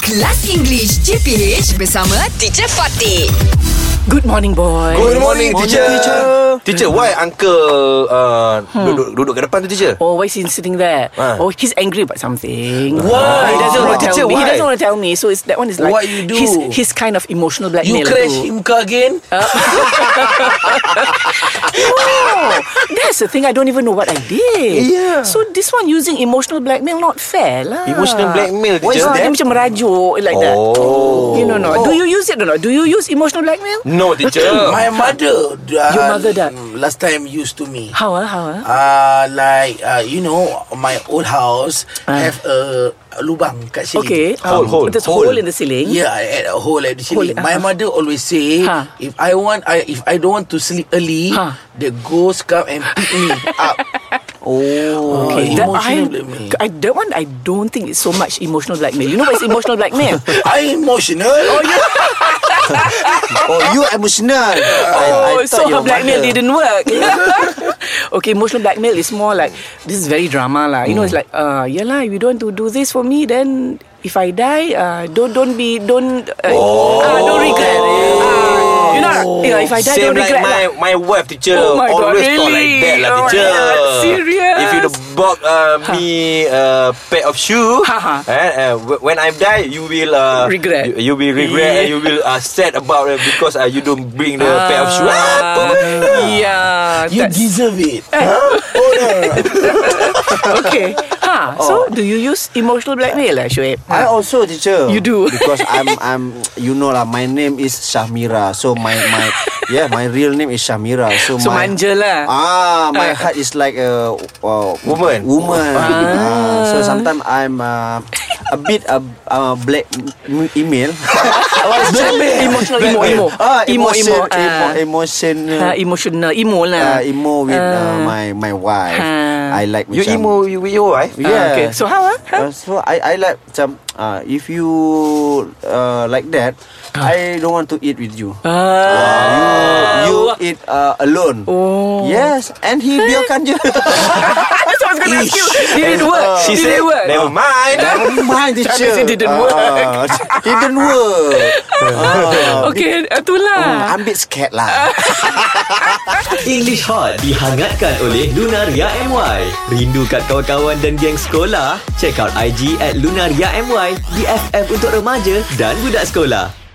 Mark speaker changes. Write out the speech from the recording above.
Speaker 1: Kelas English CPH bersama Teacher Fatih.
Speaker 2: Good morning, boy.
Speaker 3: Good morning,
Speaker 4: Morning,
Speaker 3: teacher.
Speaker 4: teacher.
Speaker 3: Teacher, why uncle uh,
Speaker 2: Hmm.
Speaker 3: duduk, duduk kat depan tu, teacher?
Speaker 2: Always he's sitting there.
Speaker 3: Ah.
Speaker 2: Oh, he's angry about something.
Speaker 3: Why?
Speaker 2: He doesn't want to
Speaker 3: Teacher,
Speaker 2: tell me. He
Speaker 3: why?
Speaker 2: doesn't want to tell me. So it's that one is like
Speaker 4: What you do?
Speaker 2: He's, he's kind of emotional blackmail.
Speaker 4: You crash
Speaker 2: too. Uh,
Speaker 4: him car again
Speaker 2: No, that's the thing. I don't even know what I did.
Speaker 3: Yeah.
Speaker 2: So this one using emotional blackmail not fair lah.
Speaker 3: Emotional blackmail,
Speaker 2: Why
Speaker 3: teacher?
Speaker 2: is Dia macam merajuk like that.
Speaker 3: Oh.
Speaker 2: You know, no. Do you use it or not? Do you use emotional blackmail?
Speaker 3: No, teacher.
Speaker 4: My mother uh,
Speaker 2: Oh. Your mother died.
Speaker 4: Last time used to me
Speaker 2: How ah? How ah?
Speaker 4: uh, Like uh, You know My old house
Speaker 2: Ah.
Speaker 4: Have a Lubang kat sini
Speaker 2: Okay. um,
Speaker 3: Hole, hole,
Speaker 2: There's a
Speaker 3: hole.
Speaker 2: hole in the ceiling.
Speaker 4: Yeah, I had a hole at the ceiling.
Speaker 2: Hole,
Speaker 4: My
Speaker 2: uh-huh.
Speaker 4: mother always say,
Speaker 2: Huh.
Speaker 4: if I want, I if I don't want to sleep early,
Speaker 2: Huh.
Speaker 4: the ghost come and pick me up. Oh,
Speaker 2: Okay, that, I,
Speaker 4: emotional blackmail.
Speaker 2: I, that one I don't think it's so much emotional blackmail. You know what is emotional blackmail?
Speaker 4: I emotional. Oh,
Speaker 5: Oh, you emotional.
Speaker 2: oh,
Speaker 5: I, I thought
Speaker 2: so
Speaker 5: your
Speaker 2: her blackmail
Speaker 5: mother-
Speaker 2: didn't work. okay, emotional blackmail is more like this is very drama lah. You know, it's like uh, yeah lah, if you don't want to do this for me, then if I die, uh, don't don't be don't uh, ah, don't regret. Ah, you know, yeah, if I die,
Speaker 3: Oh. Same
Speaker 2: don't
Speaker 3: like
Speaker 2: regret.
Speaker 3: my,
Speaker 2: lah.
Speaker 3: my wife, teacher.
Speaker 2: Oh my God,
Speaker 3: Always talk like
Speaker 2: really?
Speaker 3: that, lah,
Speaker 2: Oh my
Speaker 3: teacher.
Speaker 2: God, serious?
Speaker 3: If you the bought uh, me a pair of shoe,
Speaker 2: Ha, ha.
Speaker 3: eh, uh, wh- when I die, you will uh,
Speaker 2: Regret.
Speaker 3: You, you will regret
Speaker 2: Yeah.
Speaker 3: and you will uh, sad about it because uh, you don't bring the pair of shoe. Apa
Speaker 2: Ah,
Speaker 3: benda?
Speaker 2: yeah,
Speaker 4: you
Speaker 2: that's-
Speaker 4: deserve it.
Speaker 2: Eh.
Speaker 4: Huh? Oh, no.
Speaker 2: okay. Ha, so do you use emotional blackmail, lah, Shoaib?
Speaker 5: I also teacher.
Speaker 2: You do.
Speaker 5: because I'm I'm you know lah. My name is Shamira, so my my yeah my real name is Shamira. So,
Speaker 2: So
Speaker 5: my
Speaker 2: manja lah.
Speaker 5: Ah, my
Speaker 2: Ah.
Speaker 5: heart is like a uh,
Speaker 3: Woman.
Speaker 5: Woman. Ah, so sometimes I'm uh, a bit a uh, black m- email.
Speaker 2: Emotional emo
Speaker 3: Blackmail.
Speaker 2: emo.
Speaker 5: ah,
Speaker 2: emo emo.
Speaker 5: emotion, emo,
Speaker 2: ah.
Speaker 5: emotional.
Speaker 2: Ha, emotional emo lah.
Speaker 5: uh, emo with uh,
Speaker 2: Ah.
Speaker 5: my my wife.
Speaker 2: Ah.
Speaker 5: I like
Speaker 3: You
Speaker 5: macam-
Speaker 3: emo you, with your wife?
Speaker 2: Ah,
Speaker 5: Yeah.
Speaker 2: okay. So how ah? Huh?
Speaker 5: Uh, so I I like macam uh, if you uh, like that, I don't want to eat with you.
Speaker 2: Ah.
Speaker 5: You eat uh, alone.
Speaker 2: Oh.
Speaker 5: Yes, and he biarkan je.
Speaker 2: That's what I was going to ask you. Did it work?
Speaker 3: She
Speaker 2: Did
Speaker 3: said,
Speaker 2: it work?
Speaker 3: never mind.
Speaker 5: Never mind, teacher.
Speaker 2: That means it didn't
Speaker 5: Ah,
Speaker 2: work.
Speaker 5: it didn't work. Ah,
Speaker 2: Okay, itulah.
Speaker 5: I'm a bit scared lah.
Speaker 6: English Hot dihangatkan oleh Lunaria MY. Rindu kat kawan-kawan dan geng sekolah? Check out IG at Lunaria MY, BFF untuk remaja dan budak sekolah.